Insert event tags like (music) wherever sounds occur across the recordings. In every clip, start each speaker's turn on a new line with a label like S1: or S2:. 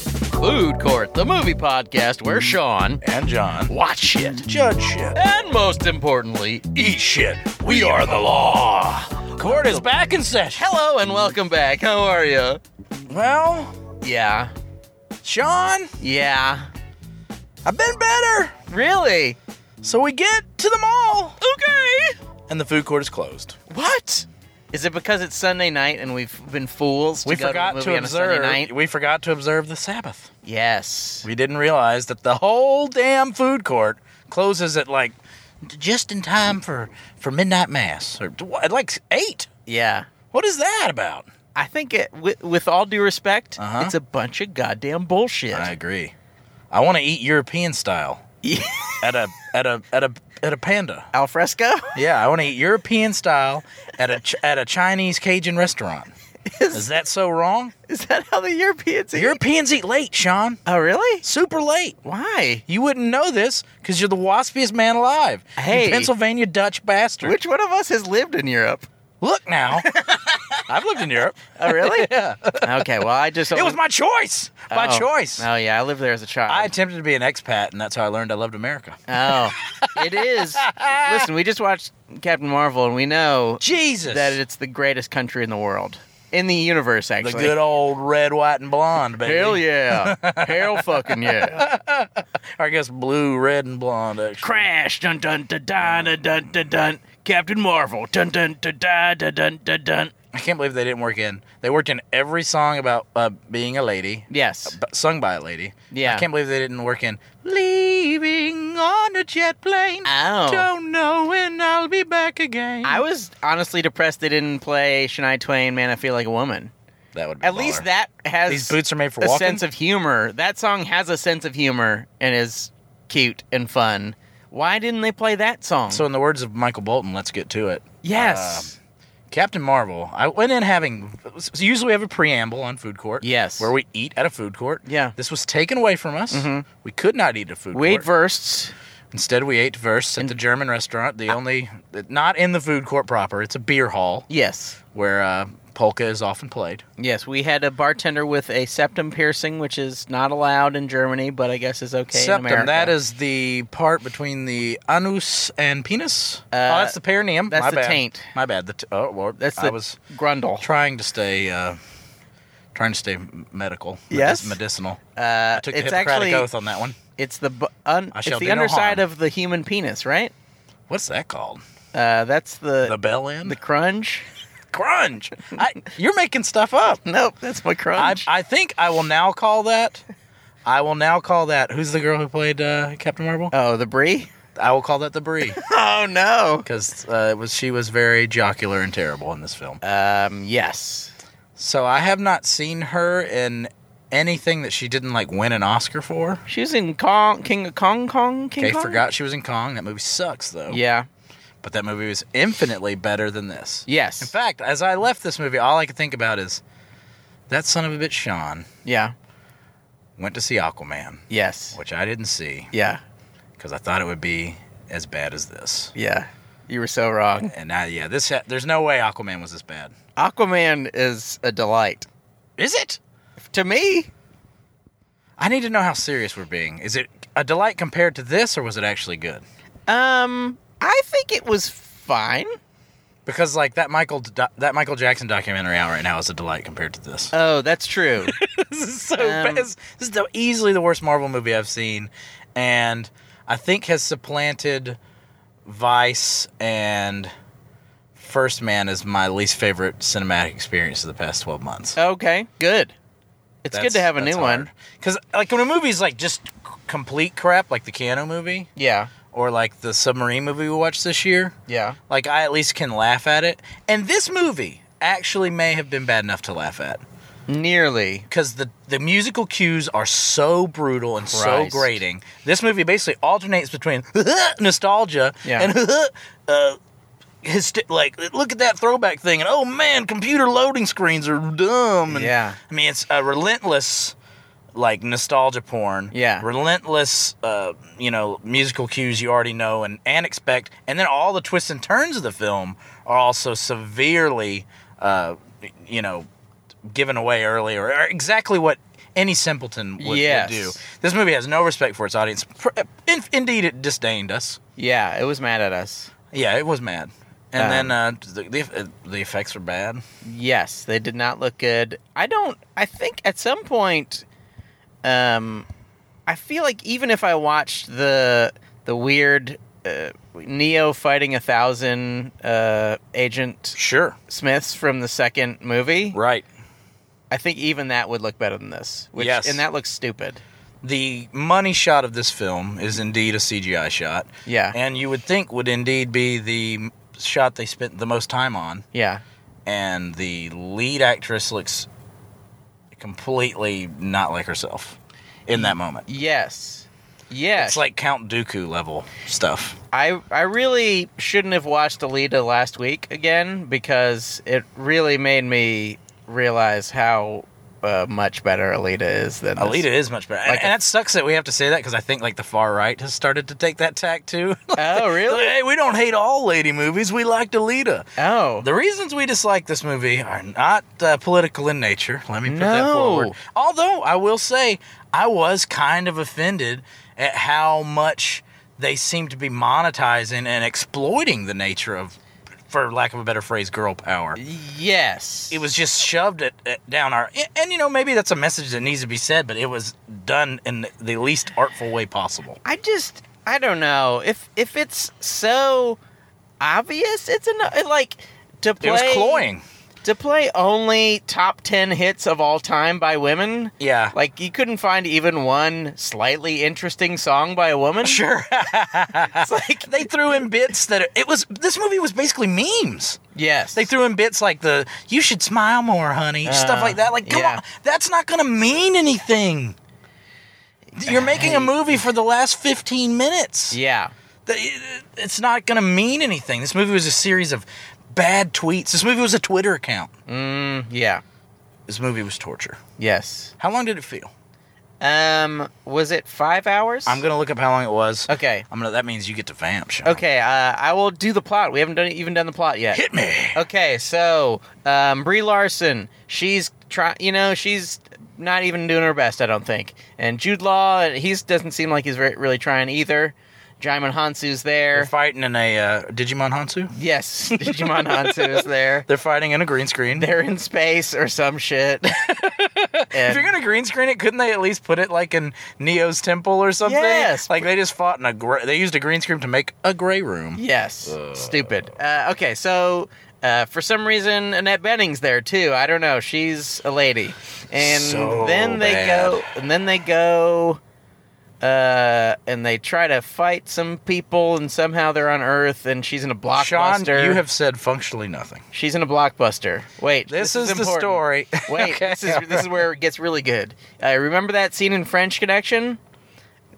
S1: Food Court, the movie podcast where Sean
S2: and John
S1: watch shit
S2: judge shit.
S1: and most importantly eat shit. We are the law. Court is back in session. Hello and welcome back. How are you?
S2: Well,
S1: Yeah.
S2: Sean,
S1: Yeah.
S2: I've been better.
S1: Really?
S2: So we get to the mall,
S1: Okay.
S2: and the food court is closed.
S1: What? Is it because it's Sunday night and we've been fools? To
S2: we
S1: go
S2: forgot
S1: to, a
S2: to,
S1: movie on a Sunday
S2: observe.
S1: night?
S2: We forgot to observe the Sabbath.
S1: Yes.
S2: We didn't realize that the whole damn food court closes at like just in time for for midnight mass or what, at like eight.
S1: Yeah.
S2: What is that about?
S1: I think it, with, with all due respect,
S2: Uh-huh.
S1: it's a bunch of goddamn bullshit.
S2: I agree. I want to eat European style at a at a at a at a panda.
S1: (laughs) Al fresco? (laughs)
S2: Yeah, I want to eat European style at a ch- at a Chinese Cajun restaurant. Is that so wrong?
S1: Is that how the Europeans
S2: The
S1: eat?
S2: Europeans eat late, Sean.
S1: oh, really?
S2: Super late.
S1: Why?
S2: You wouldn't know this because you're the waspiest man alive. You
S1: Hey.
S2: Pennsylvania Dutch bastard.
S1: Which one of us has lived in Europe? (laughs)
S2: Look now. I've lived in Europe.
S1: Oh, (laughs) really?
S2: Yeah.
S1: okay, well, I just.
S2: It was my choice. My
S1: Oh.
S2: choice.
S1: Oh, yeah, I lived there as a child.
S2: I attempted to be an expat, and that's how I learned I loved America.
S1: Oh, it (laughs) is. Listen, we just watched Captain Marvel and we know
S2: Jesus.
S1: that it's the greatest country in the world. In the universe,
S2: the
S1: actually.
S2: good old red, white, and blonde, baby.
S1: Hell yeah. (laughs) Hell fucking yeah.
S2: Or I guess blue, red, and blonde, actually.
S1: Crash. Dun dun dun dun dun dun dun dun. Captain Marvel. Dun dun dun dun dun dun dun dun.
S2: I can't believe they didn't work in. They worked in every song about uh, being a lady,
S1: Yes.
S2: b- sung by a lady.
S1: Yeah.
S2: I can't believe they didn't work in leaving on a jet plane.
S1: Ow.
S2: Don't know when I'll be back again.
S1: Oh. I was honestly depressed they didn't play Shania Twain, Man, I Feel Like a Woman.
S2: that would be
S1: At least
S2: baller.
S1: that has
S2: These boots are made for
S1: a
S2: walking.
S1: sense of humor. That song has a sense of humor and is cute and fun. Why didn't they play that song?
S2: so, in the words of Michael Bolton, let's get to it. Uh,
S1: yes.
S2: Captain Marvel. I went in having. So usually, we have a preamble on food court.
S1: Yes.
S2: Where we eat at a food court.
S1: Yeah. Mm-hmm.
S2: This was taken away from us. We could not eat at a food
S1: Wade
S2: court.
S1: Versts.
S2: Instead, we ate verse at the German restaurant, the only not in the food court proper. It's a beer hall
S1: Yes.
S2: where uh, polka is often played.
S1: Yes, we had a bartender with a septum piercing, which is not allowed in Germany, but I guess is okay in
S2: Septum,
S1: America.
S2: that is the part between the anus and penis. oh, that's the perineum.
S1: Uh, that's
S2: My
S1: the
S2: bad.
S1: taint.
S2: My bad. The t- oh, well,
S1: that's the
S2: I was
S1: grundle.
S2: trying to stay, uh, trying to stay medical.
S1: Yes?
S2: medic- medicinal.
S1: Uh,
S2: I took the
S1: it's
S2: Hippocratic
S1: actually
S2: oath on that one.
S1: it's the bu- un-
S2: I
S1: it's
S2: shall
S1: the
S2: do no
S1: underside
S2: harm.
S1: of the human penis, right?
S2: What's that called?
S1: Uh, that's
S2: The
S1: the
S2: bell end.
S1: the crunch.
S2: crunge. I, you're making stuff up.
S1: (laughs) Nope, that's my
S2: I,
S1: crunch.
S2: I think I will now call that. I will now call that. Who's the girl who played uh, Captain Marvel?
S1: oh, the
S2: (laughs)
S1: brie.
S2: I will call that the Brie
S1: Oh no.
S2: because uh, it was she was very jocular and terrible in this film.
S1: Um. Yes.
S2: So I have not seen her in anything that she didn't like win an Oscar for.
S1: She was in Kong, King of Kong, Kong, King
S2: Okay,
S1: Kong.
S2: forgot she was in Kong. That movie sucks though.
S1: Yeah.
S2: but that movie was infinitely better than this.
S1: Yes.
S2: In fact, as I left this movie, all I could think about is that son of a bitch Sean
S1: yeah.
S2: went to see Aquaman,
S1: Yes.
S2: which I didn't see
S1: Yeah.
S2: because I thought it would be as bad as this.
S1: Yeah. You were so wrong.
S2: And now, yeah, this ha- there's no way Aquaman was this bad.
S1: Aquaman is a delight
S2: Is it?
S1: to me.
S2: I need to know how serious we're being. Is it a delight compared to this, or was it actually good?
S1: Um. I think it was fine.
S2: Because like that Michael do- that Michael Jackson documentary out right now is a delight compared to this.
S1: Oh, that's true.
S2: (laughs) this is so
S1: Um,
S2: bad. This is the, easily the worst Marvel movie I've seen, and I think has supplanted Vice and First Man as my least favorite cinematic experience of the past twelve months.
S1: (laughs) okay. Good. It's good to have a new one.
S2: because like when a movie's like just c- complete crap, like the Keanu movie
S1: Yeah.
S2: or like the submarine movie we watched this year,
S1: Yeah.
S2: like I at least can laugh at it. And this movie actually may have been bad enough to laugh at
S1: Nearly.
S2: because the the musical cues are so brutal and
S1: Christ.
S2: so grating. This movie basically alternates between (laughs) nostalgia
S1: Yeah.
S2: and (laughs) uh, hyster- like look at that throwback thing and oh man, computer loading screens are dumb. And,
S1: Yeah.
S2: I mean it's a relentless like nostalgia porn.
S1: Yeah.
S2: relentless uh, you know musical cues you already know and and expect, and then all the twists and turns of the film are also severely uh, you know given away early or, or exactly what any simpleton would, would
S3: Yes.
S2: do. This movie has no respect for its audience. Pr- uh, In, indeed, it disdained us.
S1: Yeah, it was mad at us.
S2: Yeah, it was mad. And
S1: Um,
S2: then uh, the, the the effects are bad.
S1: Yes, they did not look good. I don't. I think at some point, um, I feel like even if I watched the the weird uh, Neo fighting a thousand uh, agent
S2: Sure,
S1: Smiths from the second movie,
S2: right.
S1: I think even that would look better than this. Which,
S2: Yes.
S1: and that looks stupid.
S2: The money shot of this film is indeed a CGI shot,
S1: Yeah,
S2: and you would think would indeed be the shot they spent the most time on.
S1: yeah,
S2: And the lead actress looks completely not like herself in that moment.
S1: yes, yes.
S2: It's like Count Dooku level stuff.
S1: I I really shouldn't have watched Alita last week again because it really made me realize how uh, much better Alita is than this.
S2: Alita is much better, and,
S1: Like a-
S2: and it sucks that we have to say that because I think like the far right has started to take that tack too. (laughs)
S1: Oh
S2: Like,
S1: really?
S2: hey, we don't hate all lady movies. We liked Alita.
S1: Oh
S2: The reasons we dislike this movie are not uh, political in nature. Let me put that
S1: No.
S2: forward. Although I will say, I was kind of offended at how much they seem to be monetizing and exploiting the nature of, for lack of a better phrase, girl power.
S1: yes.
S2: It was just shoved it, it down our. And you know, maybe that's a message that needs to be said, but it was done in the least artful way possible.
S1: I just I don't know if if it's so obvious. It's an like to play
S2: It was cloying.
S1: to play only top ten hits of all time by women.
S2: Yeah. (laughs)
S1: Like you couldn't find even one slightly interesting song by a woman.
S2: (laughs) Sure. it's like they threw in bits that it was. This movie was basically memes.
S1: Yes,
S2: They threw in bits like the "You should smile more, honey" stuff
S1: Uh,
S2: like that. Like, come
S1: yeah.
S2: on, that's not going to mean anything. You're making a movie for the last 15 minutes.
S1: Yeah.
S2: The- it- It's not going to mean anything. This movie was a series of bad tweets. This movie was a Twitter account.
S1: Mm, yeah.
S2: This movie was torture.
S1: Yes.
S2: How long did it feel?
S1: Um. Was it five hours?
S2: I'm going to look up how long it was.
S1: Okay.
S2: I'm gonna. That means you get to vamp. Sean.
S1: Okay. Uh, I will do the plot. We haven't done even done the plot yet.
S2: Hit me.
S1: Okay. So, um, Brie Larson. She's trying. You know, she's not even doing her best. I don't think. And Jude Law. He doesn't seem like he's re- really trying either. Jaimon Hansu's
S2: They're
S1: there.
S2: fighting in a uh, Digimon Hansu.
S1: Yes, (laughs) Digimon Hansu is there.
S2: They're fighting in a green screen.
S1: They're in space or some shit.
S2: (laughs) if
S1: And-
S2: you're gonna green screen it, couldn't they at least put it like in Neo's temple or something?
S1: Yes.
S2: Like they just fought in a gray. They used a green screen to make a gray room.
S1: Yes. Stupid. Uh, okay, so uh, for some reason, Annette Benning's there too. I don't know. She's a lady, and
S2: So
S1: then they
S2: bad.
S1: go, and then they go, uh, and they try to fight some people, and somehow they're on Earth, and she's in a
S2: Sean,
S1: blockbuster.
S2: you have said functionally nothing.
S1: She's in a blockbuster. Wait,
S2: This, is, the
S1: important.
S2: story.
S1: Wait,
S2: Okay. (laughs)
S1: this is this is where it gets really good. Uh, remember that scene in French Connection?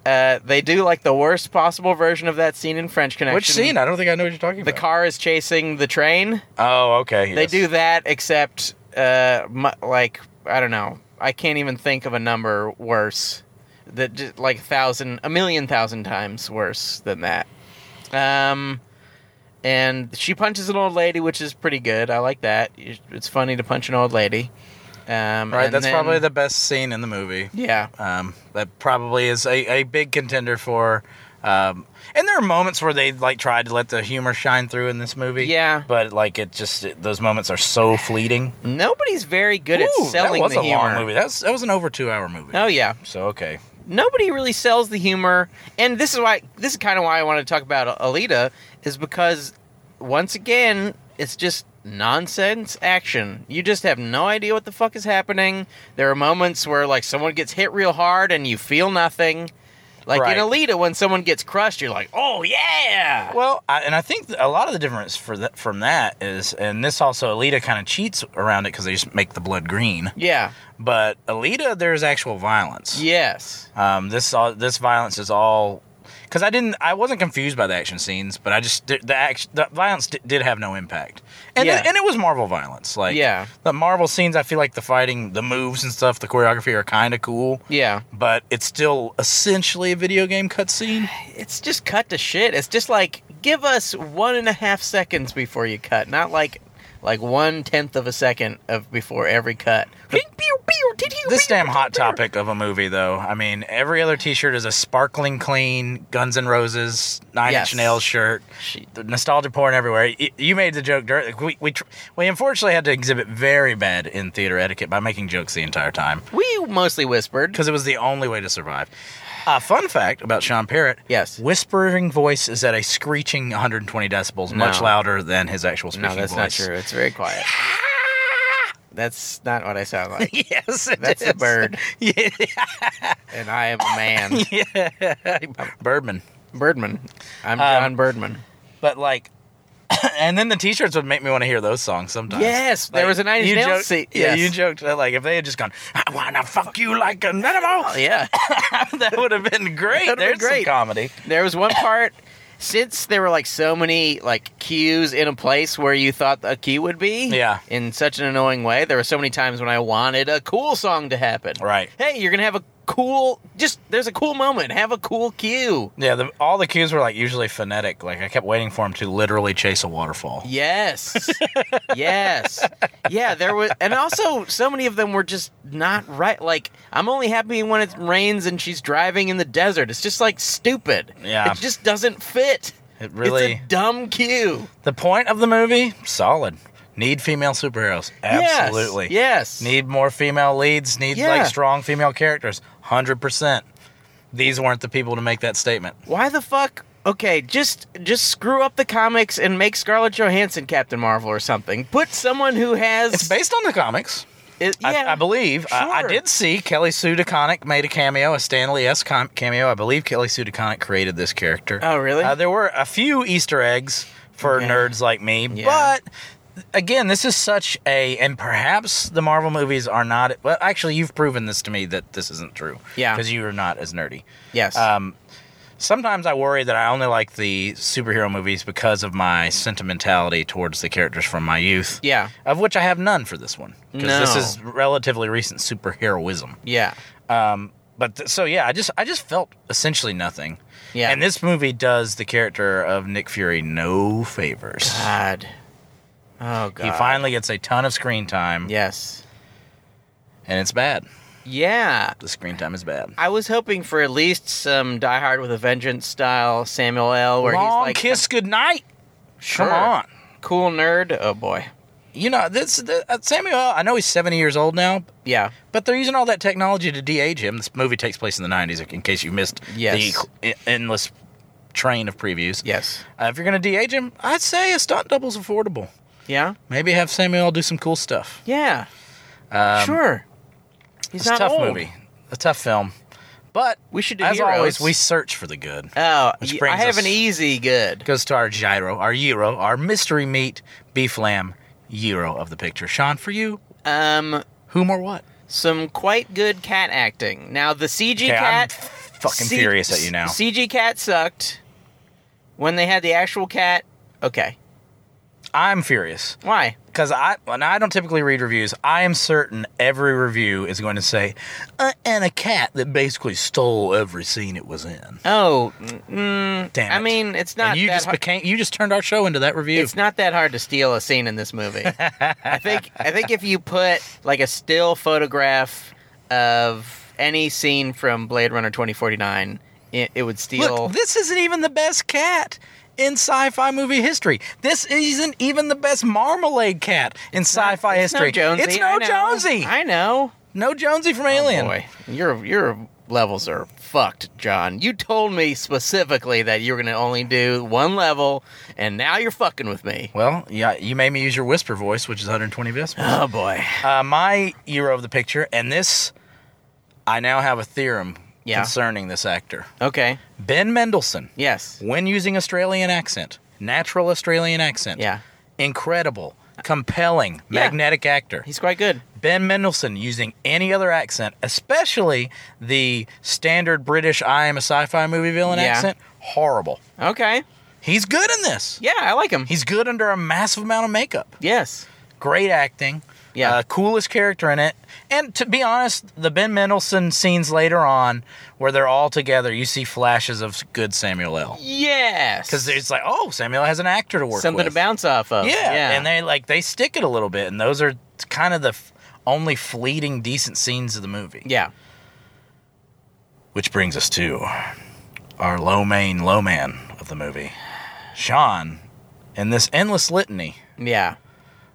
S1: Uh, they do like the worst possible version of that scene in French Connection.
S2: Which scene? I don't think I know what you're talking
S1: (laughs) The
S2: about.
S1: car is chasing the train.
S2: Oh, okay.
S1: They
S2: yes.
S1: do that, except uh, mu- like I don't know. I can't even think of a number worse. That j- like a thousand, a million thousand times worse than that. Um, and she punches an old lady, which is pretty good. I like that. It's funny to punch an old lady. Um,
S2: Right.
S1: and
S2: That's
S1: then-
S2: probably the best scene in the movie.
S1: yeah.
S2: Um, that probably is a, a big contender for. Um, and there are moments where they like tried to let the humor shine through in this movie.
S1: Yeah.
S2: But like it just those moments are so fleeting.
S1: Nobody's very good
S2: Ooh,
S1: at selling
S2: that was
S1: the
S2: a
S1: humor.
S2: long movie. That's that was an over two hour movie.
S1: Oh yeah.
S2: So okay.
S1: nobody really sells the humor and this is why this is kind of why i want to talk about alita is because once again it's just nonsense action you just have no idea what the fuck is happening there are moments where like someone gets hit real hard and you feel nothing like
S2: Right.
S1: in alita when someone gets crushed you're like oh yeah
S2: Well, I, and I think th- a lot of the difference for that from that is, and this also Alita kind of cheats around it because they just make the blood green.
S1: yeah
S2: But Alita, there's actual violence.
S1: yes
S2: Um, this all this violence is all because I didn't I wasn't confused by the action scenes, but I just the the, action, the violence di- did have no impact, and
S1: Yeah.
S2: it, and it was Marvel violence. Like
S1: Yeah.
S2: the Marvel scenes, I feel like the fighting, the moves and stuff, the choreography are kind of cool.
S1: yeah
S2: But it's still essentially a video game cutscene.
S1: it's just cut to shit. It's just like give us one and a half seconds before you cut, not like like one tenth of a second of before every cut. Pew, pew, pew, did you?
S2: This
S1: read
S2: damn
S1: the
S2: hot
S1: paper?
S2: topic of a movie, though. I mean, every other T-shirt is a sparkling clean Guns N' Roses Nine
S1: Yes.
S2: Inch Nails shirt.
S1: She-
S2: The Nostalgia porn everywhere. Y- You made the joke. dur- We we tr- we unfortunately had to exhibit very bad in theater etiquette by making jokes the entire time
S1: We mostly whispered.
S2: because it was the only way to survive. Uh, fun fact about Sean Parrott:
S1: Yes.
S2: whispering voice is at a screeching 120 decibels, much
S1: No.
S2: louder than his actual speaking
S1: No, that's not
S2: voice.
S1: true. It's very quiet. That's not what I sound (laughs) like.
S2: (laughs) yes, it
S1: That's a
S2: is.
S1: bird,
S2: (laughs) yeah,
S1: and I am a (laughs) man.
S2: (laughs) Birdman.
S1: Birdman. I'm John Birdman.
S2: But like, (coughs) and then the T-shirts would make me want to hear those songs sometimes.
S1: Yes, there
S2: Like,
S1: was a Nine Inch
S2: you
S1: Nails
S2: joked-
S1: seat.
S2: Yeah,
S1: Yes.
S2: you joked that like if they had just gone, I wanna fuck you like an animal.
S1: Oh, yeah.
S2: (laughs) that would have been
S1: (laughs)
S2: great.
S1: That would've been
S2: There's
S1: great.
S2: some comedy.
S1: There was one part since there were like so many like cues in a place where you thought a cue would be.
S2: Yeah.
S1: In such an annoying way, there were so many times when I wanted a cool song to happen.
S2: Right.
S1: Hey, you're gonna have a cool. Just there's a cool moment. Have a cool cue.
S2: Yeah, the, all the cues were like usually phonetic. Like I kept waiting for him to literally chase a waterfall. (laughs)
S1: Yes. yes. Yeah, there was and also so many of them were just not right. Like, I'm only happy when it rains and she's driving in the desert. It's just like stupid.
S2: Yeah.
S1: It just doesn't fit.
S2: It really.
S1: It's a dumb cue.
S2: the point of the movie, solid. Need female superheroes.
S1: Yes.
S2: Absolutely.
S1: Yes.
S2: Need more female leads. Need
S1: Yeah.
S2: like strong female characters. Hundred percent. These weren't the people to make that statement.
S1: Why the fuck? Okay, just just screw up the comics and make Scarlett Johansson Captain Marvel or something. Put someone who has
S2: It's based on the comics.
S1: it-
S2: I,
S1: yeah.
S2: I believe. I, I
S1: sure.
S2: did see Kelly Sue DeConnick made a cameo, a Stanley S. Com- cameo. I believe Kelly Sue DeConnick created this character.
S1: Oh, really?
S2: Uh, there were a few Easter eggs for
S1: Okay.
S2: nerds like me,
S1: Yeah.
S2: but again, this is such a, and perhaps the Marvel movies are not. Well, actually, you've proven this to me that this isn't true.
S1: Yeah.
S2: because you are not as nerdy.
S1: yes.
S2: Um, sometimes I worry that I only like the superhero movies because of my sentimentality towards the characters from my youth
S1: yeah.
S2: of which I have none for this one because this
S1: No.
S2: is relatively recent superheroism.
S1: Yeah.
S2: Um, but th- so yeah, I just I just felt essentially nothing.
S1: Yeah.
S2: And this movie does the character of Nick Fury no favors.
S1: God. Oh Ah, god.
S2: He finally gets a ton of screen time,
S1: Yes.
S2: and it's bad.
S1: Yeah.
S2: The screen time is bad.
S1: I was hoping for at least some Die Hard with a Vengeance style Samuel L. where
S2: Long
S1: he's like uh,
S2: kiss goodnight.
S1: Sure.
S2: Come on.
S1: cool nerd. Oh boy.
S2: You know this the, uh, Samuel. I know he's seventy years old now,
S1: Yeah.
S2: But they're using all that technology to de-age him. This movie takes place in the '90s, in case you missed
S1: Yes.
S2: the e- endless train of previews.
S1: Yes.
S2: Uh, if you're going to de-age him, I'd say a stunt double's affordable.
S1: Yeah.
S2: Maybe have Samuel do some cool stuff.
S1: Yeah.
S2: Um,
S1: sure. He's
S2: It's
S1: not
S2: a tough
S1: old.
S2: movie, a tough film. But
S1: We should do
S2: as
S1: heroes.
S2: always, we search for the good.
S1: Oh,
S2: Which
S1: y- I
S2: brings
S1: have
S2: us-
S1: an easy good.
S2: Goes to our gyro, our gyro, our mystery meat, beef lamb, gyro of the picture. Sean, for you,
S1: Um,
S2: whom or what?
S1: some quite good cat acting. Now the CG
S2: Okay, I'm
S1: cat,
S2: fucking
S1: C-
S2: furious at you now.
S1: CG cat sucked. When they had the actual cat, okay.
S2: I'm furious.
S1: Why?
S2: because I and I don't typically read reviews. I am certain every review is going to say, uh, "And a cat that basically stole every scene it was in."
S1: Oh, mm,
S2: Damn
S1: I
S2: it.
S1: mean, it's not.
S2: and you
S1: that
S2: just
S1: hard.
S2: became you just turned our show into that review.
S1: It's not that hard to steal a scene in this movie. I think. I think if you put like a still photograph of any scene from Blade Runner twenty forty nine, it, it would steal.
S2: Look, this isn't even the best cat in sci-fi movie history. This isn't even the best marmalade cat in sci-fi
S1: It's no
S2: history.
S1: Jonesy,
S2: It's
S1: I
S2: no
S1: know.
S2: Jonesy.
S1: I know.
S2: No Jonesy from Alien.
S1: Boy, your your levels are fucked, John. You told me specifically that you were gonna only do one level, and now you're fucking with me.
S2: Well, yeah, you made me use your whisper voice, which is 120 decibels.
S1: Oh boy.
S2: uh, my hero of the picture, and this, I now have a theorem
S1: Yeah.
S2: concerning this actor.
S1: Okay.
S2: Ben Mendelsohn,
S1: Yes.
S2: when using Australian accent, natural Australian accent,
S1: Yeah.
S2: incredible, compelling,
S1: Yeah.
S2: magnetic actor.
S1: He's quite good.
S2: Ben Mendelsohn using any other accent, especially the standard British "I am a sci-fi movie villain"
S1: Yeah.
S2: accent, horrible.
S1: Okay.
S2: He's good in this.
S1: Yeah, I like him.
S2: He's good under a massive amount of makeup.
S1: yes.
S2: Great acting.
S1: Yeah.
S2: Uh, coolest character in it. And to be honest, the Ben Mendelsohn scenes later on, where they're all together, you see flashes of good Samuel L.
S1: Yes.
S2: because it's like, oh, Samuel has an actor to work
S1: something to
S2: with.
S1: bounce off of.
S2: Yeah.
S1: Yeah.
S2: and they like they stick it a little bit, and those are kind of the f- only fleeting decent scenes of the movie.
S1: Yeah.
S2: Which brings us to our low main low man of the movie, Sean, and this endless litany
S1: Yeah.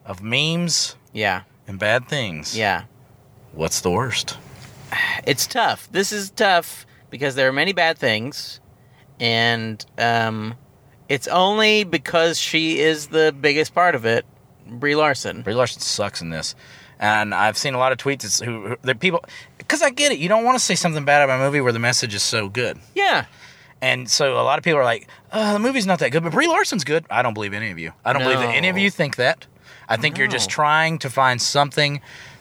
S2: of memes
S1: Yeah.
S2: and bad things.
S1: Yeah.
S2: What's the worst?
S1: It's tough. This is tough because there are many bad things, and um, it's only because she is the biggest part of it, Brie Larson.
S2: Brie Larson sucks in this, and I've seen a lot of tweets that's- who, who that people because I get it. You don't want to say something bad about a movie where the message is so good,
S1: Yeah.
S2: and so a lot of people are like, "Uh, "The movie's not that good, but Brie Larson's good." I don't believe any of you. I don't believe that any of
S1: No.
S2: you think that. I think you're just
S1: No.
S2: trying to find something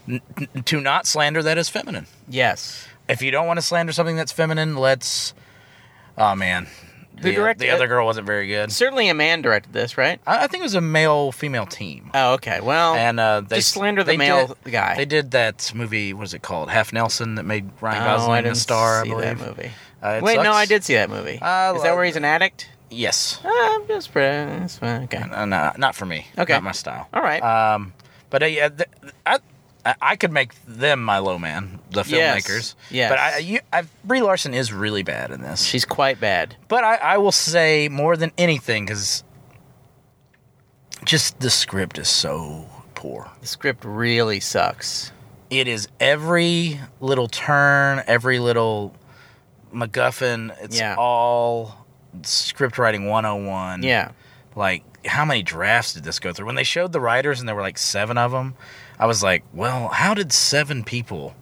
S2: n- n- to not slander that is feminine.
S1: Yes.
S2: If you don't want to slander something that's feminine, let's. Oh man,
S1: Who
S2: the,
S1: directed
S2: the
S1: it?
S2: other girl wasn't very good.
S1: Certainly, a man directed this, right?
S2: I, I think it was a male female team.
S1: Oh, okay. Well,
S2: and uh, they
S1: just slander the
S2: they
S1: male
S2: did-
S1: guy.
S2: They did that movie. What is it called? Half Nelson that made Ryan
S1: oh, I
S2: Gosling the
S1: didn't
S2: star.
S1: see
S2: I believe.
S1: that movie.
S2: Uh, it
S1: Wait, no,
S2: sucks.
S1: I did see that movie.
S2: I
S1: is that
S2: love
S1: where he's an addict?
S2: Yes,
S1: Uh, I'm just pre- it's fine, okay.
S2: uh, no, not for me.
S1: Okay.
S2: not my style.
S1: All right.
S2: Um, but uh, yeah, th- I, I I could make them my low man, the
S1: Yes.
S2: filmmakers.
S1: Yes.
S2: But I, you, I, Brie Larson is really bad in this.
S1: She's quite bad.
S2: But I, I will say more than anything because just the script is so poor.
S1: The script really sucks.
S2: It is every little turn, every little MacGuffin. It's
S1: Yeah.
S2: all script writing 101.
S1: Yeah.
S2: Like, how many drafts did this go through? When they showed the writers and there were like seven of them, I was like, well, how did seven people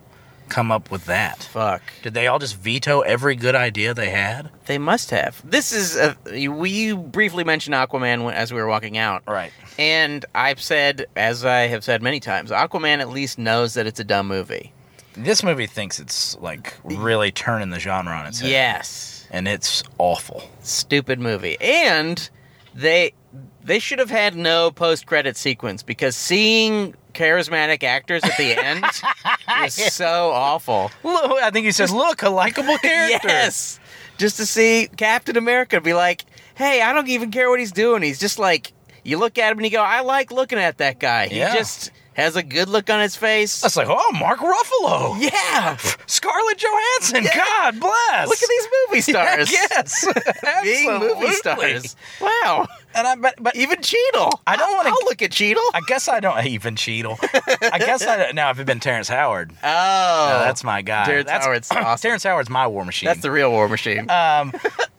S2: come up with that?
S1: Fuck.
S2: Did they all just veto every good idea they had?
S1: They must have. This is a. We briefly mentioned Aquaman when- as we were walking out,
S2: Right.
S1: and I've said, as I have said many times, Aquaman at least knows that it's a dumb movie.
S2: This movie thinks it's like really turning the genre on its head.
S1: Yes,
S2: And it's awful.
S1: stupid movie, and they they should have had no post credit sequence because seeing charismatic actors at the end is so awful.
S2: Look, I think he says, look, a likable (laughs) character.
S1: Yes. Just to see Captain America be like, hey, I don't even care what he's doing. He's just like, you look at him and you go, I like looking at that guy. He
S2: Yeah.
S1: just has a good look on his face.
S2: That's like, oh, Mark
S1: (laughs)
S2: Ruffalo.
S1: yeah.
S2: (laughs) Scarlett Johansson. God bless.
S1: Look at these movie
S2: (laughs)
S1: stars.
S2: Yes.
S1: (laughs) Being movie stars. Wow.
S2: And I but, but
S1: Even Cheadle.
S2: I don't wanna-
S1: to. I'll look at Cheadle.
S2: I guess I don't even Cheadle. I guess I don't now if it had been Terrence Howard.
S1: oh. No,
S2: uh, that's my guy.
S1: Terrence
S2: that's,
S1: Howard's awesome.
S2: (clears throat) Terrence Howard's my war machine.
S1: That's the real War Machine.
S2: (laughs) um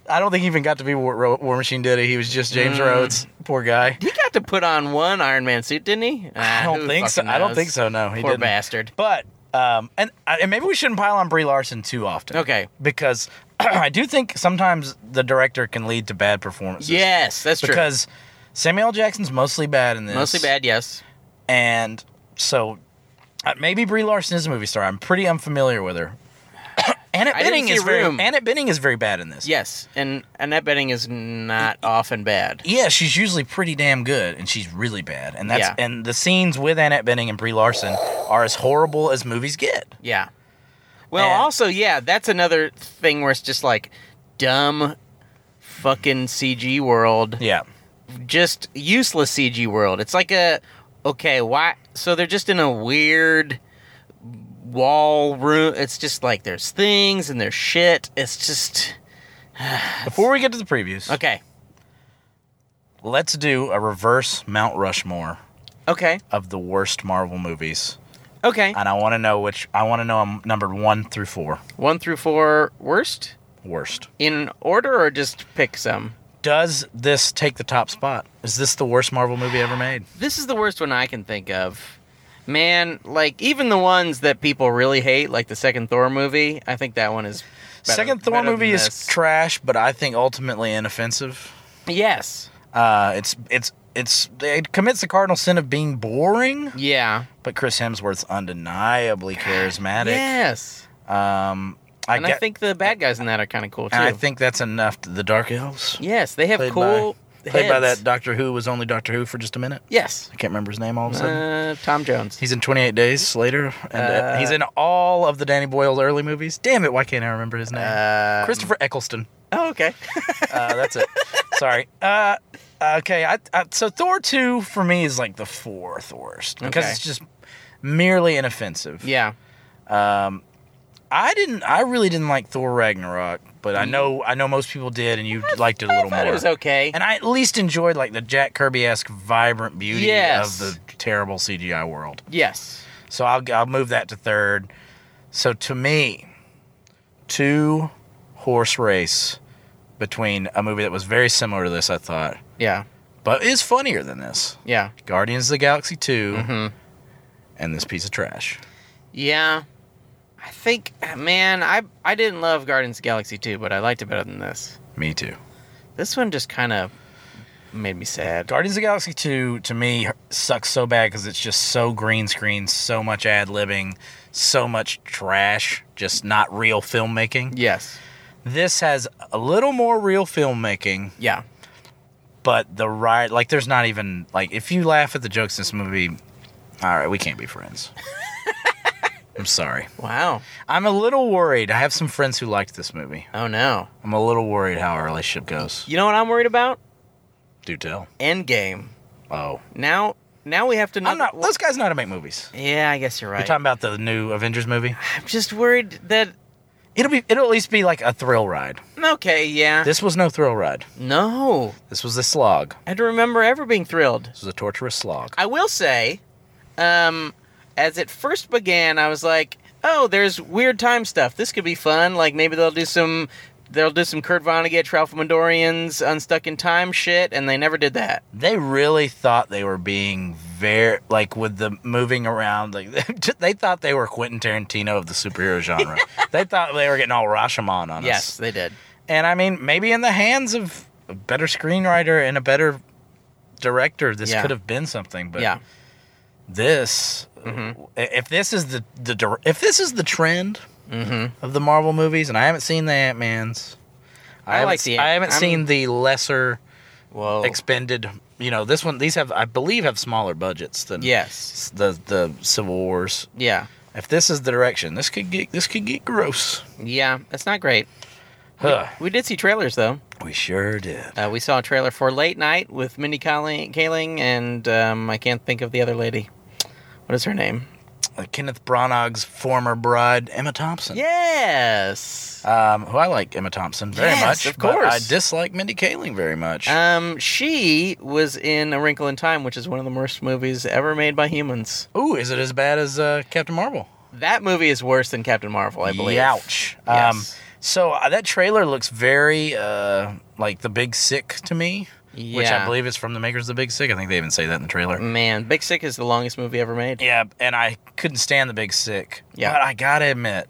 S2: I don't think he even got to be War, Ro- war Machine, did he? He was just James
S1: Mm.
S2: Rhodes. Poor guy.
S1: he got to put on one Iron Man suit, didn't he?
S2: I
S1: Ah,
S2: don't
S1: who
S2: think so.
S1: fucking
S2: I don't
S1: knows?
S2: think so. No, he
S1: Poor
S2: didn't.
S1: bastard.
S2: But um, and and maybe we shouldn't pile on Brie Larson too often.
S1: Okay.
S2: Because (clears throat) I do think sometimes the director can lead to bad performances.
S1: Yes, that's true.
S2: Because Samuel L. Jackson's mostly bad in this.
S1: Mostly bad, yes.
S2: And so uh, maybe Brie Larson is a movie star. I'm pretty unfamiliar with
S1: (coughs)
S2: her. Annette
S1: I didn't
S2: Benning
S1: see
S2: is very
S1: Room.
S2: Annette Benning is very bad in this.
S1: Yes, and Annette Bening is not often bad.
S2: Yeah, she's usually pretty damn good, and she's really bad. And that's
S1: Yeah.
S2: and the scenes with Annette Benning and Brie Larson are as horrible as movies get.
S1: Yeah. Well,
S2: And-
S1: also, yeah, that's another thing where it's just like dumb fucking CG world,
S2: Yeah.
S1: just useless CG world. It's like a okay, why so they're just in a weird wall room. It's just like there's things and there's shit. It's just
S2: Before we get to the previews,
S1: okay.
S2: let's do a reverse Mount Rushmore
S1: Okay.
S2: of the worst Marvel movies,
S1: Okay.
S2: and I want to know which. I want to know them numbered one through four.
S1: 1 through 4 worst
S2: Worst.
S1: in order or just pick some?
S2: Does this take the top spot? Is this the worst Marvel movie ever made?
S1: This is the worst one I can think of. Man, like even the ones that people really hate, like the second Thor movie, I think that one is (sighs) better-
S2: Second Thor
S1: better than
S2: movie is
S1: this.
S2: trash, but I think ultimately inoffensive.
S1: yes,
S2: Uh, it's it's it's it commits the cardinal sin of being boring,
S1: yeah,
S2: but Chris Hemsworth's
S1: (sighs)
S2: undeniably charismatic.
S1: yes,
S2: Um, I
S1: and
S2: get,
S1: I think the bad guys in that are kind of cool too.
S2: and I think that's enough. To the Dark Elves.
S1: yes, they have
S2: Played
S1: cool
S2: Played by
S1: heads.
S2: that Doctor Who was only Doctor Who for just a minute.
S1: Yes,
S2: I can't remember his name all of a sudden.
S1: uh, Tom Jones.
S2: he's in 28 Days Later, and uh,
S1: Uh,
S2: he's in all of the Danny Boyle early movies. Damn it, why can't I remember his name?
S1: Um,
S2: Christopher Eccleston.
S1: Oh, okay.
S2: Uh, that's (laughs) it. Sorry. Uh, okay, I, I, so Thor 2 for me is like the fourth worst because
S1: Okay.
S2: it's just merely inoffensive. Um,
S1: Yeah.
S2: I didn't. I really didn't like Thor Ragnarok, but I know I know most people did, and you (laughs) liked it a
S1: I
S2: little
S1: thought
S2: more.
S1: it was okay.
S2: And I at least enjoyed like the Jack Kirby esque vibrant beauty
S1: Yes.
S2: of the terrible CGI world.
S1: yes.
S2: So I'll I'll move that to third. So to me, two horse race between a movie that was very similar to this, I thought,
S1: Yeah.
S2: but is funnier than this.
S1: Yeah.
S2: Guardians of the Galaxy 2
S1: Mhm.
S2: and this piece of trash.
S1: Yeah. I think man, I I didn't love Guardians of the Galaxy 2, but I liked it better than this.
S2: Me too.
S1: This one just kind of made me sad.
S2: Guardians of the Galaxy 2 to me sucks so bad because it's just so green screen, so much ad libbing, so much trash, just not real filmmaking.
S1: Yes.
S2: This has a little more real filmmaking,
S1: Yeah.
S2: but the right, like, there's not even, like, if you laugh at the jokes in this movie, all right, we can't be friends. I'm sorry.
S1: Wow.
S2: I'm a little worried. I have some friends who liked this movie.
S1: Oh no.
S2: I'm a little worried how our relationship goes.
S1: You know what I'm worried about?
S2: Do tell.
S1: Endgame.
S2: Oh.
S1: Now now we have to
S2: I'm not, those guys know how to make movies.
S1: Yeah, I guess you're right.
S2: You're talking about the new Avengers movie?
S1: I'm just worried that
S2: It'll be it'll at least be like a thrill ride.
S1: okay, yeah.
S2: This was no thrill ride.
S1: no.
S2: This was a slog.
S1: I don't remember ever being thrilled.
S2: This was a torturous slog.
S1: I will say, um, as it first began, I was like, "Oh, there's weird time stuff. This could be fun. Like maybe they'll do some, they'll do some Kurt Vonnegut, Ralph Mandorian's Unstuck in Time shit," and they never did that.
S2: They really thought they were being very like with the moving around. Like (laughs) they thought they were Quentin Tarantino of the
S1: (laughs)
S2: superhero genre. they thought they were getting all Rashomon on
S1: Yes,
S2: us.
S1: they did.
S2: And I mean, maybe in the hands of a better screenwriter and a better director, this
S1: Yeah.
S2: could have been something. But
S1: yeah, Mm-hmm.
S2: this if this is the, the dir- if this is the trend
S1: Mm-hmm.
S2: of the Marvel movies, and I haven't seen the Ant Man's.
S1: I
S2: haven't
S1: like
S2: s-
S1: the
S2: I
S1: Ant-
S2: haven't
S1: I'm-
S2: seen the lesser
S1: whoa,
S2: expended. You know, this one these have I believe have smaller budgets than
S1: yes,
S2: s- the the Civil Wars.
S1: yeah,
S2: If this is the direction, this could get this could get gross.
S1: yeah. That's not great.
S2: Huh.
S1: We did see trailers though.
S2: We sure did.
S1: Uh, we saw a trailer for Late Night with Mindy Kaling, Kaling and um, I can't think of the other lady. What is her name?
S2: Uh, Kenneth Branagh's former bride, Emma Thompson.
S1: Yes.
S2: Um, who I like Emma Thompson very
S1: Yes,
S2: much.
S1: of
S2: but I
S1: course.
S2: dislike Mindy Kaling very much.
S1: Um, she was in A Wrinkle in Time, which is one of the worst movies ever made by humans.
S2: Ooh, is it as bad as uh, Captain Marvel?
S1: That movie is worse than Captain Marvel, I believe.
S2: Ouch. Um,
S1: Yes.
S2: so uh, that trailer looks very uh, like The Big Sick to me, which I
S1: Yeah.
S2: believe is from the makers of The Big Sick. I think they even say that in the trailer.
S1: Man, Big Sick is the longest movie ever made.
S2: Yeah, and I couldn't stand The Big Sick.
S1: Yeah.
S2: But I gotta admit,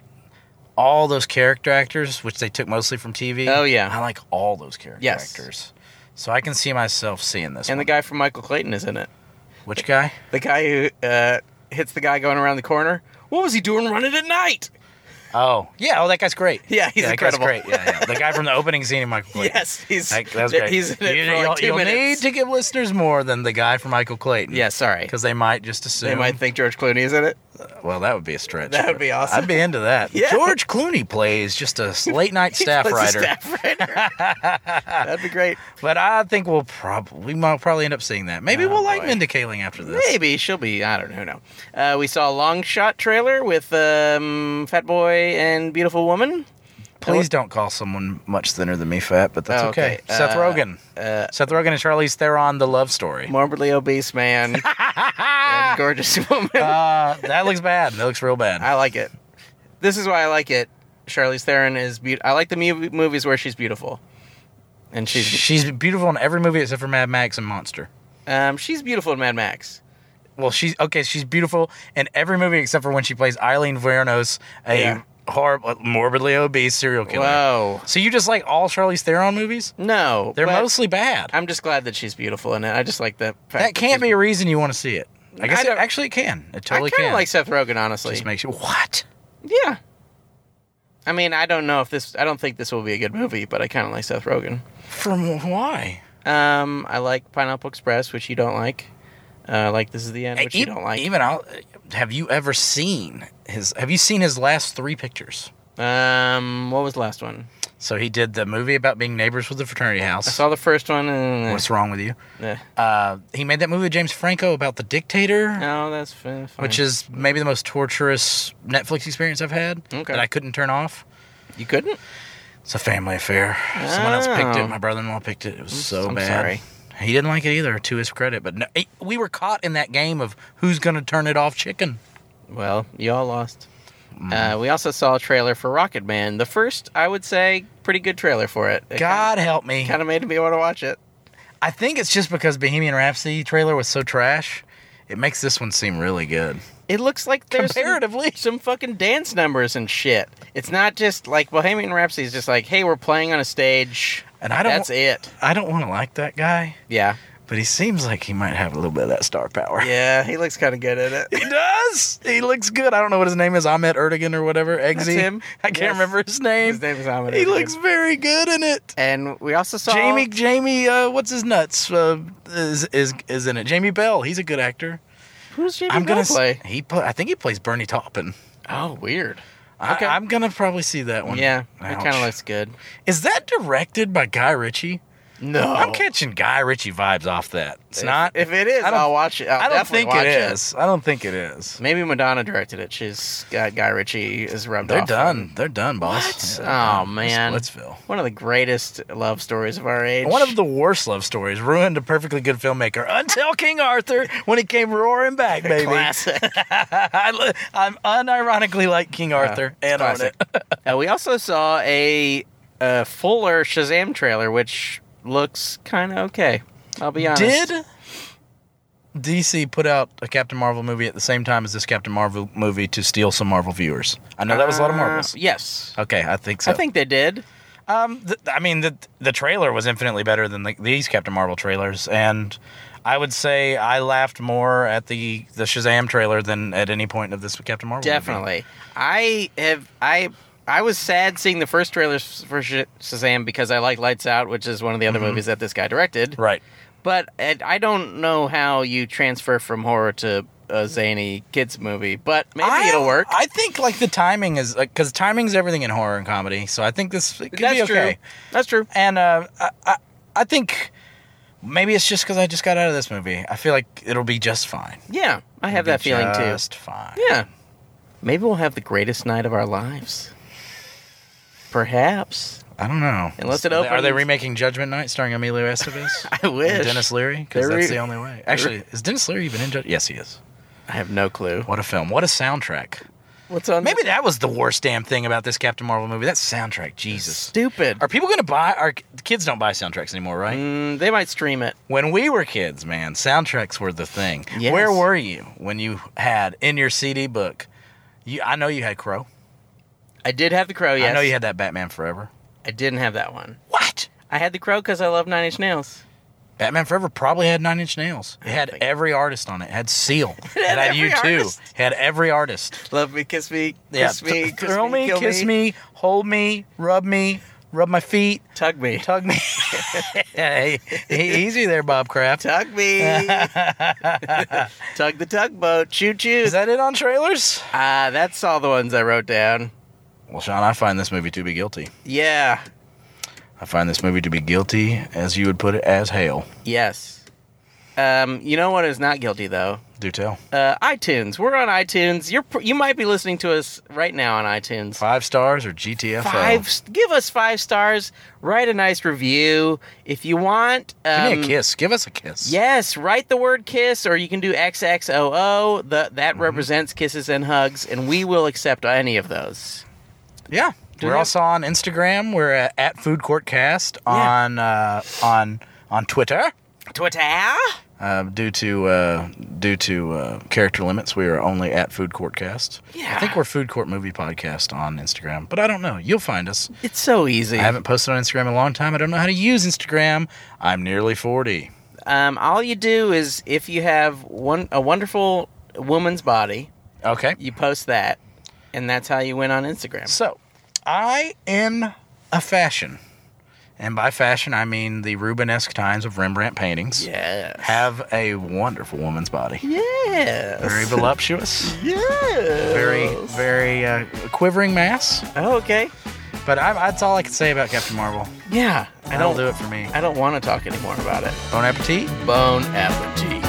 S2: all those character actors, which they took mostly from TV.
S1: Oh, yeah.
S2: I like all those character
S1: Yes.
S2: actors. So I can see myself seeing this.
S1: And the
S2: one.
S1: guy from Michael Clayton is in it.
S2: which guy?
S1: The guy who uh, hits the guy going around the corner. What was he doing running at night?
S2: Oh, yeah. Oh, that guy's great.
S1: Yeah, he's
S2: yeah, that guy's
S1: incredible.
S2: great. Yeah, yeah. The guy from the opening scene in Michael. Clayton.
S1: Yes, he's
S2: That, that was great.
S1: he's in it
S2: you,
S1: for like
S2: will
S1: 2 minutes.
S2: need to give listeners more than the guy from Michael Clayton.
S1: yeah, sorry.
S2: because they might just assume.
S1: They might think George Clooney is in it. (laughs)
S2: well, that would be a stretch.
S1: That would be awesome.
S2: I'd be into
S1: (laughs)
S2: that.
S1: Yeah.
S2: George Clooney plays just a late
S1: (laughs)
S2: night
S1: He
S2: staff
S1: plays a
S2: writer,
S1: staff
S2: (laughs)
S1: writer. That'd be great.
S2: but I think we'll probably we might probably end up seeing that. Maybe
S1: Oh,
S2: we'll like
S1: boy.
S2: Minda Kaling after this.
S1: Maybe she'll be. I don't know. Who know? Uh, we saw a long shot trailer with um, Fat Boy and Beautiful Woman.
S2: Please don't call someone much thinner than me fat, but that's
S1: Oh,
S2: okay.
S1: okay.
S2: Seth
S1: Uh,
S2: Rogen,
S1: uh,
S2: Seth Rogen and Charlize Theron, the love story.
S1: Morbidly obese man
S2: (laughs)
S1: and gorgeous (laughs) woman.
S2: Uh, that looks bad. That looks real bad.
S1: I like it. This is why I like it. Charlize Theron is beautiful. I like the mu- movies where she's beautiful, and she's
S2: She's beautiful in every movie except for Mad Max and Monster.
S1: um, she's beautiful in Mad Max.
S2: Well, she's okay. She's beautiful in every movie except for when she plays Eileen Vernos, a
S1: Yeah.
S2: horrible, morbidly obese serial killer.
S1: Whoa.
S2: So you just like all Charlize Theron movies?
S1: No,
S2: They're
S1: but
S2: mostly bad.
S1: I'm just glad that she's beautiful in it. I just like the fact
S2: that can't be a reason you want to see it. I guess
S1: I
S2: it
S1: don't-
S2: actually it can. It
S1: I
S2: totally
S1: kind of
S2: can.
S1: like Seth Rogen, honestly.
S2: just makes you what?
S1: Yeah. I mean, I don't know if this. I don't think this will be a good movie, but I kind of like Seth Rogen.
S2: From why?
S1: Um, I like Pineapple Express, which you don't like. Uh, I like This Is the End, which you
S2: even,
S1: don't like.
S2: Even I'll, have you ever seen his? Have you seen his last three pictures?
S1: Um, what was the last one?
S2: So he did the movie about being neighbors with the fraternity
S1: I
S2: house.
S1: saw the first one. And,
S2: What's wrong with you?
S1: Eh.
S2: Uh, he made that movie with James Franco about the dictator,
S1: no, oh, that's fine.
S2: which is maybe the most torturous Netflix experience I've had
S1: Okay.
S2: that I couldn't turn off.
S1: you couldn't.
S2: It's a family affair. Someone else picked
S1: Oh.
S2: it. My brother-in-law picked it. It was so
S1: I'm
S2: bad.
S1: sorry.
S2: He didn't like it either, to his credit. But no, it- we were caught in that game of who's going to turn it off, chicken.
S1: Well, y'all lost.
S2: Mm.
S1: Uh, we also saw a trailer for Rocket Man. The first, I would say, pretty good trailer for it. it
S2: God help me.
S1: kind of made me want to watch it.
S2: I think it's just because Bohemian Rhapsody trailer was so trash. It makes this one seem really good.
S1: It looks like there's some-
S2: Comparatively.
S1: (laughs) some, fucking dance numbers and shit. It's not just like Bohemian Rhapsody is just like, hey, we're playing on a stage.
S2: And I don't
S1: That's it.
S2: I don't want to like that guy,
S1: Yeah.
S2: but he seems like he might have a little bit of that star power.
S1: Yeah, he looks kind of good at it. (laughs)
S2: (laughs) He does. He looks good. I don't know what his name is. Ahmet Erdogan or whatever. Eggsy.
S1: him.
S2: I can't
S1: Yes.
S2: remember his name.
S1: His name is Ahmed.
S2: he
S1: Erdogan.
S2: looks very good in it.
S1: And we also saw
S2: Jamie, Jamie, uh, what's his nuts? Uh, is is is in it? Jamie Bell. He's a good actor.
S1: Who's Jamie
S2: I'm gonna
S1: Bell play?
S2: s- He pl- I think he plays Bernie Taupin.
S1: Oh, weird. Okay.
S2: Okay. I, am gonna probably see that one.
S1: Yeah, it kind of
S2: Ouch.
S1: looks good.
S2: Is that directed by Guy Ritchie?
S1: No,
S2: I'm catching Guy Ritchie vibes off that. It's
S1: If-
S2: not.
S1: If it is,
S2: I don't-
S1: I'll watch it. I'll
S2: I don't
S1: definitely
S2: think
S1: watch
S2: it is. I don't think it is.
S1: Maybe Madonna directed it. She's got Guy Ritchie is rubbed
S2: They're
S1: off.
S2: done. They're done, boss.
S1: What?
S2: Yeah, they're
S1: Oh,
S2: done.
S1: man.
S2: Splitsville.
S1: One of the greatest love stories of our age.
S2: One of the worst love stories ruined a perfectly good filmmaker until King Arthur when he came
S1: (laughs)
S2: roaring back,
S1: (laughs)
S2: baby.
S1: classic.
S2: I, li- I'm unironically like King Arthur and on
S1: classic.
S2: it.
S1: Uh, we also saw a, uh fuller Shazam trailer, which looks kind of okay. I'll be honest.
S2: Did DC put out a Captain Marvel movie at the same time as this Captain Marvel movie to steal some Marvel viewers? I know that was a lot of
S1: Uh,
S2: Marvels.
S1: yes,
S2: Okay, I think so.
S1: I think they did.
S2: Um, th- I mean, the the trailer was infinitely better than the, these Captain Marvel trailers, and I would say I laughed more at the the Shazam trailer than at any point of this Captain Marvel. movie.
S1: Definitely. I have. I. I was sad seeing the first trailer s- for Sh- Shazam because I like Lights Out, which is one of the other movies that this guy directed.
S2: Mm-hmm. right.
S1: But it, I don't know how you transfer from horror to a zany kids movie. But maybe
S2: I-
S1: it'll work.
S2: I think like the timing is because timing's everything in horror and comedy, so I think this it could
S1: That's
S2: be okay.
S1: true. That's true.
S2: And uh, I, I I think maybe it's just because I just got out of this movie. I feel like it'll be just fine.
S1: Yeah, I have
S2: It'll
S1: that
S2: be
S1: feeling too.
S2: Just fine.
S1: Yeah. Maybe we'll have the greatest night of our lives. Perhaps. (laughs)
S2: I don't know.
S1: Unless it
S2: Are they- Are they
S1: opens-
S2: remaking Judgment Night starring Emilio
S1: (laughs)
S2: Estevez?
S1: I wish.
S2: And Dennis Leary? Because
S1: They're
S2: that's
S1: re-
S2: the only way. Actually, is Dennis Leary even in Judge? Yes, he is.
S1: I have no clue.
S2: What a film. What a soundtrack.
S1: What's on?
S2: Maybe that was the worst damn thing about this Captain Marvel movie. That soundtrack, Jesus.
S1: stupid.
S2: Are people going to buy? Our kids don't buy soundtracks anymore, right?
S1: Mm, they might stream it.
S2: When we were kids, man, soundtracks were the thing.
S1: Yes.
S2: Where were you when you had in your CD book? You, I know you had Crow.
S1: I did have the crow. Yes.
S2: I know you had that Batman Forever.
S1: I didn't have that one.
S2: What?
S1: I had the crow because I love Nine Inch Nails.
S2: Batman Forever probably had Nine Inch Nails. It had
S1: think-
S2: every artist on it. It
S1: (laughs)
S2: had Seal. It
S1: had
S2: had,
S1: every
S2: U2.
S1: artist.
S2: It had every artist.
S1: Love me, kiss me, kiss me,
S2: th-
S1: kiss
S2: throw me,
S1: kill
S2: kiss me. hold me, rub me, rub my feet,
S1: tug me,
S2: tug me. (laughs) hey, e- easy there, Bob Craft.
S1: tug (laughs) me, tug the tugboat, choo choo.
S2: Is that it on trailers?
S1: Ah, that's all the ones I wrote down.
S2: Well, Sean, I find this movie to be guilty.
S1: Yeah.
S2: I find this movie to be guilty, as you would put it, as hell.
S1: Yes. Um, you know what is not guilty though?
S2: Do tell.
S1: Uh, iTunes. We're on iTunes. You're pr- you might be listening to us right now on iTunes.
S2: Five stars or GTFO?
S1: Five. s- Give us five stars. Write a nice review if you want.
S2: Give
S1: Um,
S2: me a kiss. Give us a kiss.
S1: Yes, write the word kiss, or you can do XXOO. The, that
S2: Mm-hmm.
S1: represents kisses and hugs, and we will accept any of those.
S2: Yeah.
S1: Do
S2: we're
S1: that.
S2: also on Instagram. We're at, at Food Court Cast
S1: Yeah.
S2: on uh, on on Twitter.
S1: Twitter.
S2: Uh, due to uh, due to uh, character limits, we are only at Food Court Cast.
S1: Yeah.
S2: I think we're Food Court Movie Podcast on Instagram, but I don't know. You'll find us.
S1: It's so easy.
S2: I haven't posted on Instagram in a long time. I don't know how to use Instagram. I'm nearly forty.
S1: Um, all you do is if you have one a wonderful woman's body,
S2: Okay,
S1: you post that, and that's how you win on Instagram.
S2: so I am a fashion, and by fashion I mean the Rubenesque times of Rembrandt paintings.
S1: Yes.
S2: Have a wonderful woman's body.
S1: Yes.
S2: Very voluptuous.
S1: yes.
S2: Very, very uh, quivering mass.
S1: Oh, okay.
S2: But I, that's all I can say about Captain Marvel.
S1: Yeah, I
S2: That'll
S1: don't.
S2: do it for me.
S1: I don't want to talk anymore about it.
S2: Bon appetit.
S1: Bone appetit.